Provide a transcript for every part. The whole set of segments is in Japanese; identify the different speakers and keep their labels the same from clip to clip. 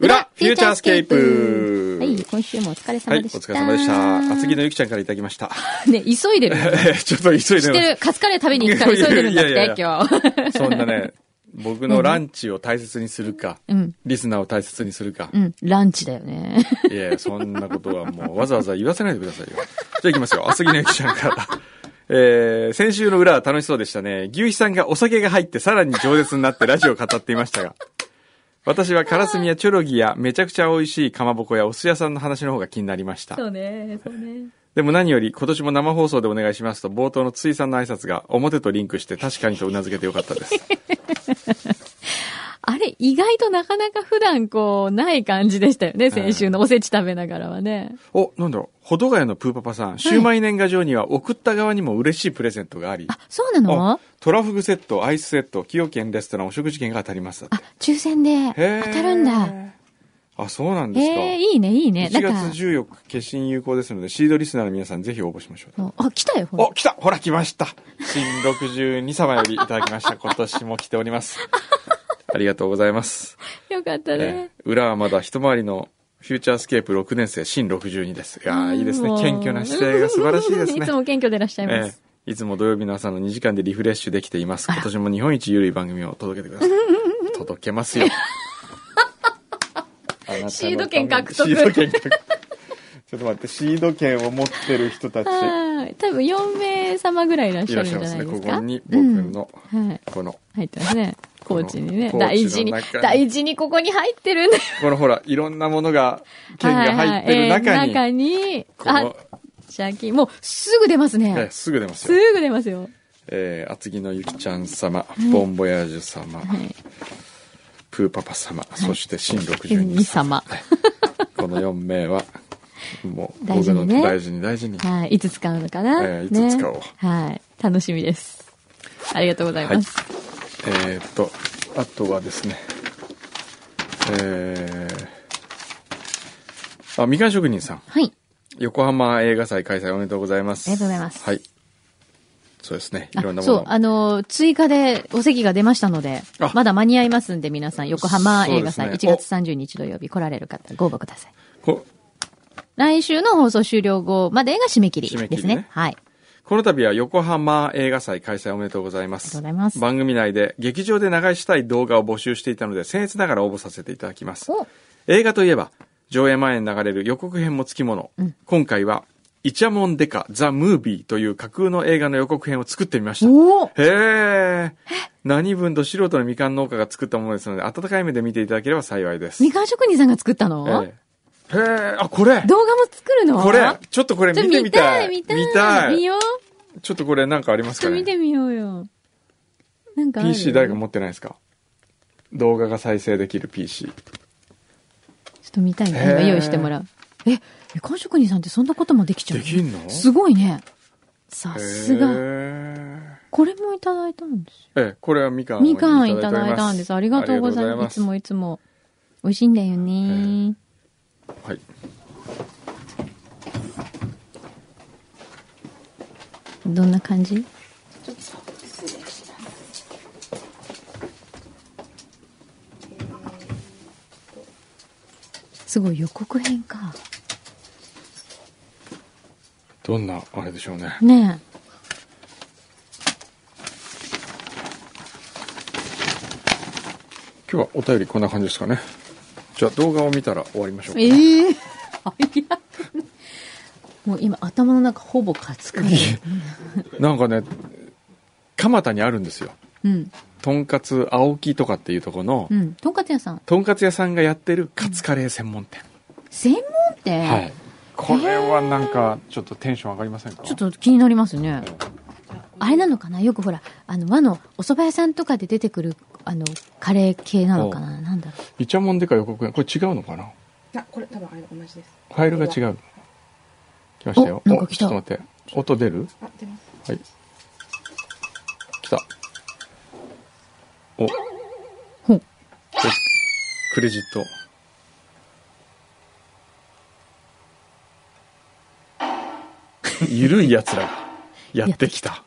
Speaker 1: ューチャースケープ
Speaker 2: はい、今週もお疲れ
Speaker 1: は
Speaker 2: 様
Speaker 1: い、お
Speaker 2: でした。
Speaker 1: 疲れ様でした。厚木のゆきちゃんからいただきました。
Speaker 2: ね、急いでる。
Speaker 1: ちょっと急い
Speaker 2: 知
Speaker 1: で
Speaker 2: ってる。カツカレー食べに行くから急いでるんだって、
Speaker 1: いやいやい
Speaker 2: 今日。
Speaker 1: ます。そんな ね、僕のランチを大切にするか、
Speaker 2: うん。
Speaker 1: リスナーを大切にするか
Speaker 2: う。ん。ランチだよね。
Speaker 1: いやいや、そんなことはもうわざわざ言わせないでくださいよ。じゃあ行きますよ。厚木のゆきちゃんから。えー、先週の裏は楽しそうでしたね。牛肥さんがお酒が入ってさらに饒舌になってラジオを語っていましたが。私はカラスミやチョロギやめちゃくちゃ美味しいかまぼこやお寿司屋さんの話の方が気になりました。
Speaker 2: うね、そうね。
Speaker 1: でも何より今年も生放送でお願いしますと冒頭のついさんの挨拶が表とリンクして確かにとうなずけてよかったです。
Speaker 2: あれ、意外となかなか普段こう、ない感じでしたよね、先週のおせち食べながらはね。
Speaker 1: お、なんだろう、ほどがやのプーパパさん、シューマイ年賀状には送った側にも嬉しいプレゼントがあり、
Speaker 2: あ、そうなの
Speaker 1: あトラフグセット、アイスセット、崎陽軒レストラン、お食事券が当たりますだって
Speaker 2: あ、抽選で
Speaker 1: へー
Speaker 2: 当たるんだ。。
Speaker 1: あ、そうなんですか。
Speaker 2: ええいいね、いいね。
Speaker 1: 1
Speaker 2: だ
Speaker 1: 月
Speaker 2: から、
Speaker 1: 14日、決心有効ですので、シードリスナーの皆さんぜひ応募しましょう。
Speaker 2: そうあ、来たよ、ほら
Speaker 1: お、。来たほら来ました新62様よりいただきました。今年も来ております。ありがとうございます。
Speaker 2: よかった
Speaker 1: え
Speaker 2: ね。
Speaker 1: ー裏はまだ一回りのフューチャースケープ6年生、新62です。いやーいいですね
Speaker 2: も。う
Speaker 1: 謙虚な姿勢が素晴らしい です
Speaker 2: い
Speaker 1: ね
Speaker 2: つ。も謙虚でいらっしゃいま
Speaker 1: え
Speaker 2: す。
Speaker 1: ーいつも土曜日の朝の2時間でリフレッシュできています。今年も日本一ゆるい番組を届けてください。 届けますよ。あなたのために
Speaker 2: シード権獲得
Speaker 1: シード権獲得ちょっと待って、シード権を持ってる人たち
Speaker 2: はい。多分4名様ぐらいいらっし
Speaker 1: い
Speaker 2: ゃ
Speaker 1: ら
Speaker 2: る
Speaker 1: っ
Speaker 2: んじ
Speaker 1: しゃ
Speaker 2: ゃ
Speaker 1: いますね。こ
Speaker 2: ないです
Speaker 1: こ
Speaker 2: か。
Speaker 1: に僕の、
Speaker 2: はい。
Speaker 1: この、
Speaker 2: 入ってますね。コーチにね。
Speaker 1: この
Speaker 2: 大事に
Speaker 1: コーチの中に、
Speaker 2: 大事にここに入ってるんだよ。
Speaker 1: このほら、いろんなものが、剣が入ってる
Speaker 2: は
Speaker 1: 中
Speaker 2: い
Speaker 1: に、
Speaker 2: はいえー
Speaker 1: こ
Speaker 2: 中
Speaker 1: の
Speaker 2: に、あ、、シャキ、もうすぐ出ます
Speaker 1: え
Speaker 2: ね
Speaker 1: ー。すぐ出ます
Speaker 2: す
Speaker 1: よ。
Speaker 2: ぐ出ますよ。
Speaker 1: えー、厚木のゆきちゃん様、ボンボヤージュ様、
Speaker 2: はい。
Speaker 1: プーパパ様、そして新
Speaker 2: 二
Speaker 1: 62様。
Speaker 2: 様。
Speaker 1: この4名 は、もう、
Speaker 2: 大
Speaker 1: 僕
Speaker 2: 事
Speaker 1: の
Speaker 2: にね
Speaker 1: 大事に大事に。
Speaker 2: はい。いつ使うのかな
Speaker 1: えーいつ使おう
Speaker 2: ねはい。楽しみです。ありがとうございます。
Speaker 1: えーっと、あとはですね、えー、あ、みかん職人さん、
Speaker 2: はい。
Speaker 1: 横浜映画祭開催おめでとうございます。
Speaker 2: ありがとうございます
Speaker 1: はい。そうですね、い
Speaker 2: あ
Speaker 1: ろんなも
Speaker 2: そ
Speaker 1: の
Speaker 2: う、あの、追加でお席が出ましたので
Speaker 1: あ、
Speaker 2: まだ間に合いますんで、皆さん、横浜映画祭、
Speaker 1: そうです
Speaker 2: 1
Speaker 1: ね
Speaker 2: 月30日土曜日来られる方、ご応募ください。
Speaker 1: こ。
Speaker 2: 来週の放送終了後までが締め切り
Speaker 1: 締め切りね
Speaker 2: ですね。はい。
Speaker 1: この度は横浜映画祭開催おめでとうございます。
Speaker 2: ありがとうございます
Speaker 1: 番組内で劇場で流したい動画を募集していたので、僭越ながら応募させていただきます。
Speaker 2: お
Speaker 1: 映画といえば、上映前に流れる予告編もつきもの。
Speaker 2: うん
Speaker 1: 今回は、イチャモンデカ・ザ・ムービーという架空の映画の予告編を作ってみました。
Speaker 2: お
Speaker 1: へ
Speaker 2: ー
Speaker 1: え。何分と素人のみかん農家が作ったものですので、温かい目で見ていただければ幸いです。
Speaker 2: みかん職人さんが作ったの、
Speaker 1: ええへえ、あ、これ
Speaker 2: 動画も作るの
Speaker 1: こ
Speaker 2: ち
Speaker 1: れ
Speaker 2: ょっ
Speaker 1: ちょっとこれ
Speaker 2: と
Speaker 1: 見てみ
Speaker 2: 見
Speaker 1: た
Speaker 2: た
Speaker 1: い
Speaker 2: い、見たい。
Speaker 1: 見た
Speaker 2: 見
Speaker 1: い
Speaker 2: よう。
Speaker 1: ちょっとこれなんかあります
Speaker 2: ちょ
Speaker 1: か
Speaker 2: っ
Speaker 1: ね
Speaker 2: と見てみようよ。なんかある
Speaker 1: PC 誰か持ってないですか動画が再生できる PC
Speaker 2: ちょっと見たいね。
Speaker 1: へー
Speaker 2: 今用意してもらう。え、みかん職人さんってそんなこともできちゃう
Speaker 1: できんの
Speaker 2: すごいね。さす
Speaker 1: へ
Speaker 2: が。
Speaker 1: ー
Speaker 2: これもいただいたんですよ
Speaker 1: ええこれはみかんを
Speaker 2: みかんいただいたんです。ありがとうござい
Speaker 1: ありがとう
Speaker 2: ます。いつもいつも。美味しいんだよね。
Speaker 1: はい
Speaker 2: どんな感じすごい予告編か。
Speaker 1: どんなあれでしょうね
Speaker 2: ね
Speaker 1: 今日はお便りこんな感じですかねじゃあ動画を見たら終わりましょう
Speaker 2: え。ええ 早いもう今頭の中ほぼカツカレ ー。
Speaker 1: なんかね蒲田にあるんですよ
Speaker 2: うん。
Speaker 1: とんかつ青木とかっていうとこの、
Speaker 2: うん。とんかつ屋さん。
Speaker 1: とんかつ屋さんがやってるカツカレー専門店、
Speaker 2: 専門店、
Speaker 1: はいこれはなんかちょっとテンション上がりませんか
Speaker 2: ちょっと気になりますね。あれなのかなよくほら、あの、和のお蕎麦屋さんとかで出てくる、あの、カレー系なのかななんだろう。
Speaker 1: イチャモンデカ予告編これ違うのかな
Speaker 3: あ、これ多分あれ同じです。
Speaker 1: ファイルが違う。来ましたよ。
Speaker 2: おなんか来た
Speaker 1: おちょっと待って。音出る
Speaker 3: あ、出ます。
Speaker 1: はい。来た。お。
Speaker 2: ほう
Speaker 1: クレジット。ゆるい奴らがやってきた。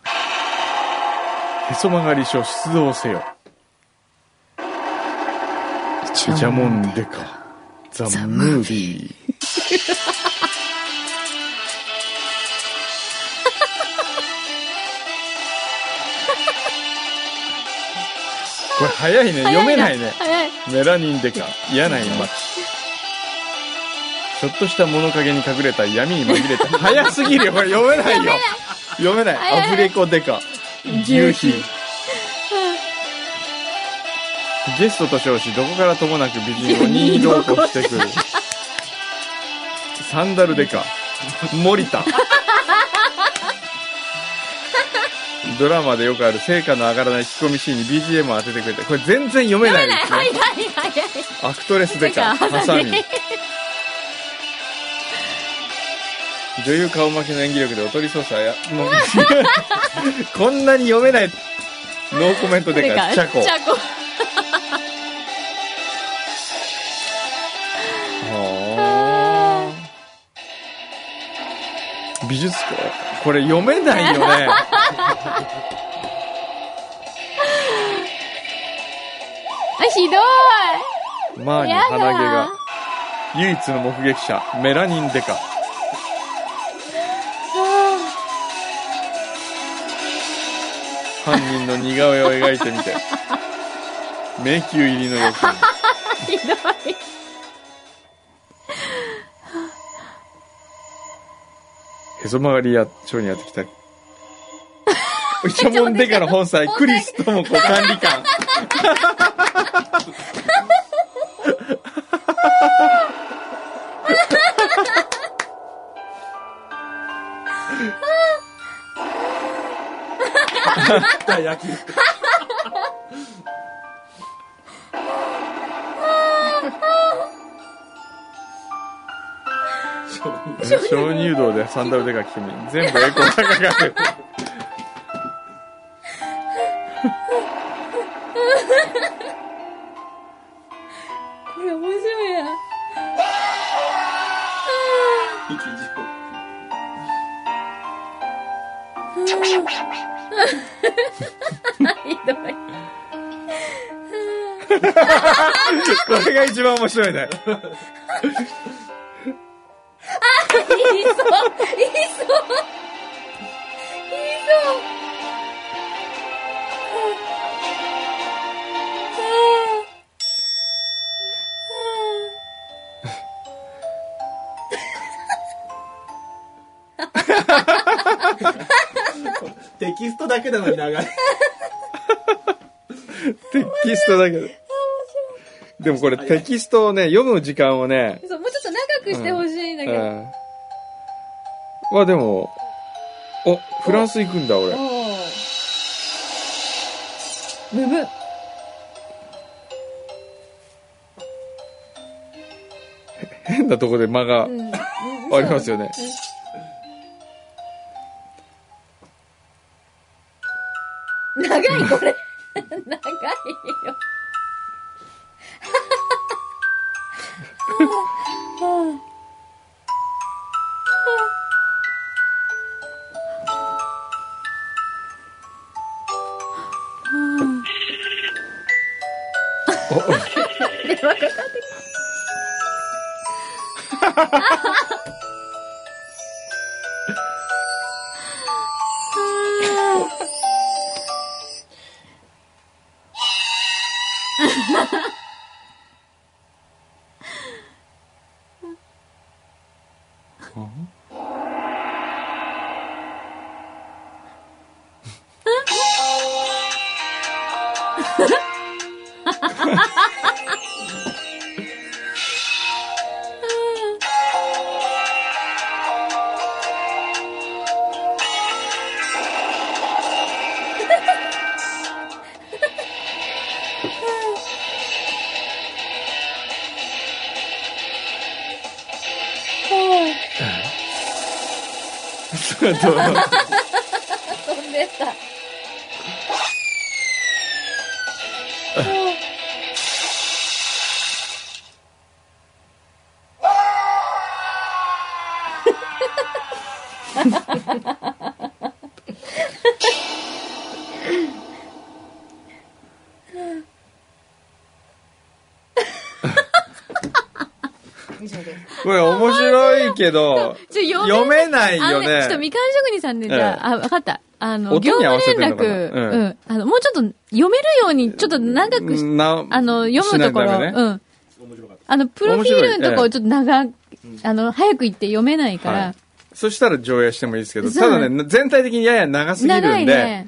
Speaker 1: へそ曲がり署出動せよ。
Speaker 2: イ
Speaker 1: イチャモンデカ。ザ・ムービー。これ早いね。読めないね。
Speaker 2: 早い。
Speaker 1: メラニンデカ、嫌な街。ちょっとした物陰に隠れた闇に紛れた。 早すぎるよ、これ読めないよ。 読めない。アフレコデカ、牛皮。ゲストと称し、どこからともなく美人を任意同行して くる。サンダルデカ、森 田。ドラマでよくある成果の上がらない仕込みシーンに BGM を当ててくれて、これ全然読めないですね。
Speaker 2: 早い早い。
Speaker 1: アクトレスデ カ、
Speaker 2: デカ
Speaker 1: ハサミ。女優顔負けの演技力でおとり捜査や、もう、 こんなに読めない、ノーコメントデカ、チャコ。
Speaker 2: チャコ。
Speaker 1: はあ美術庫これ読めないよね。
Speaker 2: あ、ひどい。
Speaker 1: マーに
Speaker 2: やだ
Speaker 1: 鼻毛が。唯一の目撃者、メラニンデカ。犯人の似顔絵を描いてみて。迷宮入りの予感。
Speaker 2: ひどい。
Speaker 1: へそ曲がりや町にやってきた。うちゃもんデカの本妻、クリス智子管理官。
Speaker 4: た野球。
Speaker 1: 鍾乳洞でサンダルデカ君。全部エコーがかかる。
Speaker 2: これ面白いな。
Speaker 4: 一時刻
Speaker 2: ひどい。
Speaker 1: これが一番面白いね。
Speaker 2: 言いそう言いそう言いそう
Speaker 4: テキストだけなのに長い。
Speaker 1: テキストだけど。でもこれテキストをね、読む時間をね、
Speaker 2: そうもうちょっと長くしてほしいんだけど、
Speaker 1: うん。まあでも、お、フランス行くんだ俺。
Speaker 2: ブブ
Speaker 1: 変なとこで間が
Speaker 2: うん
Speaker 1: ありますよね。
Speaker 2: 長いこれ長いよ
Speaker 1: あと
Speaker 2: 飛んでった
Speaker 1: これ面白いけど、
Speaker 2: ちょ
Speaker 1: 読めないよ
Speaker 2: あのちょっと
Speaker 1: ね。
Speaker 2: みかん職人さんで、じゃあ、あ、わかった。あの、業
Speaker 1: 音に合
Speaker 2: 務
Speaker 1: わせ
Speaker 2: 連
Speaker 1: てんのかな
Speaker 2: 絡、
Speaker 1: う
Speaker 2: うんん。あの、もうちょっと読めるように、ちょっと長くし、
Speaker 1: な
Speaker 2: あの、読むところ、
Speaker 1: しないとダ
Speaker 2: う
Speaker 1: メね
Speaker 2: ん。あの、プロフィールのところ、ちょっと長、あの、早く言って読めないから、
Speaker 1: はいそしたら上映してもいいですけど、
Speaker 2: そ
Speaker 1: た
Speaker 2: う
Speaker 1: だね、全体的にやや長すぎ
Speaker 2: 長
Speaker 1: るん
Speaker 2: い
Speaker 1: で
Speaker 2: ね、。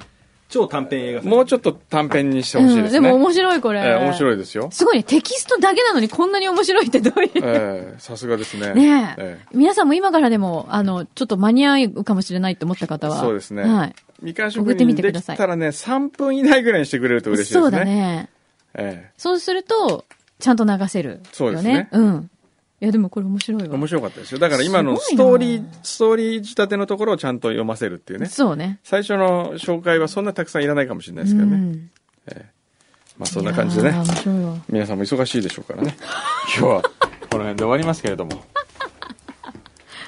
Speaker 4: 超短編映画祭
Speaker 1: もうちょっと短編にしてほしいうで
Speaker 2: ん、
Speaker 1: す
Speaker 2: で
Speaker 1: ね。
Speaker 2: も面白い、これ。
Speaker 1: えー面白いですよ。
Speaker 2: すごいね、テキストだけなのにこんなに面白いってどういう。
Speaker 1: えーさすがですね。
Speaker 2: ねえ、
Speaker 1: えー
Speaker 2: 皆さんも今からでも、あの、ちょっと間に合うかもしれないって思った方は。
Speaker 1: そうですね
Speaker 2: はい。
Speaker 1: みかん
Speaker 2: 送
Speaker 1: 職
Speaker 2: って
Speaker 1: 人
Speaker 2: みて
Speaker 1: で
Speaker 2: くだ
Speaker 1: き
Speaker 2: さい
Speaker 1: たらね、3分以内ぐらいにしてくれると嬉しいですね。
Speaker 2: そうだね。
Speaker 1: え
Speaker 2: そうすると、ちゃんと流せる、
Speaker 1: そうですね
Speaker 2: うん。いや、でもこれ面白い
Speaker 1: え
Speaker 2: わ。
Speaker 1: 面白かったですよ。だから今の
Speaker 2: す
Speaker 1: ス
Speaker 2: ごいな
Speaker 1: トーリー、ストーリー仕立てのところをちゃんと読ませるっていうね。
Speaker 2: そうね。
Speaker 1: 最初の紹介はそんなたくさんいらないかもしれないですけどね。
Speaker 2: うん
Speaker 1: まあそんな感じで
Speaker 2: いや
Speaker 1: ね
Speaker 2: ー。面白いわ。
Speaker 1: 皆さんも忙しいでしょうから ね。今日はこの辺で終わりますけれども。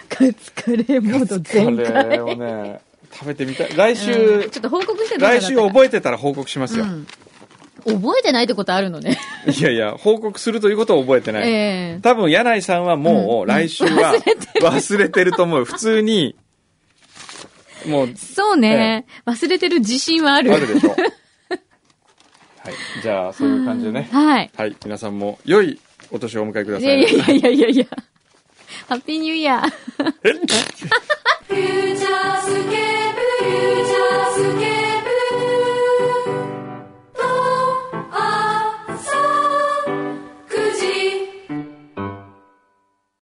Speaker 2: カツカレーモード
Speaker 1: こ
Speaker 2: 全開。
Speaker 1: れをね、食べてみたい。来
Speaker 2: うん
Speaker 1: 週、
Speaker 2: ちょっと報告してどうな
Speaker 1: 来
Speaker 2: った
Speaker 1: 週
Speaker 2: か
Speaker 1: 覚えてたら報告しますよ。
Speaker 2: うん覚えてないってことあるのね。
Speaker 1: いやいや、報告するということを覚えてない。
Speaker 2: ええ
Speaker 1: 多分、柳井さんはもう、来週は、忘れてると思う。普通に、もう、
Speaker 2: そうね、忘れてる自信はある。
Speaker 1: あるでしょ。はい。じゃあ、そういう感じでね。
Speaker 2: はい。
Speaker 1: はい。皆さんも、良いお年をお迎えくだ
Speaker 2: い
Speaker 1: さ
Speaker 2: や
Speaker 1: い。
Speaker 2: いやいやいやいやいや。ハッピーニューイヤー。
Speaker 5: 「フューチャー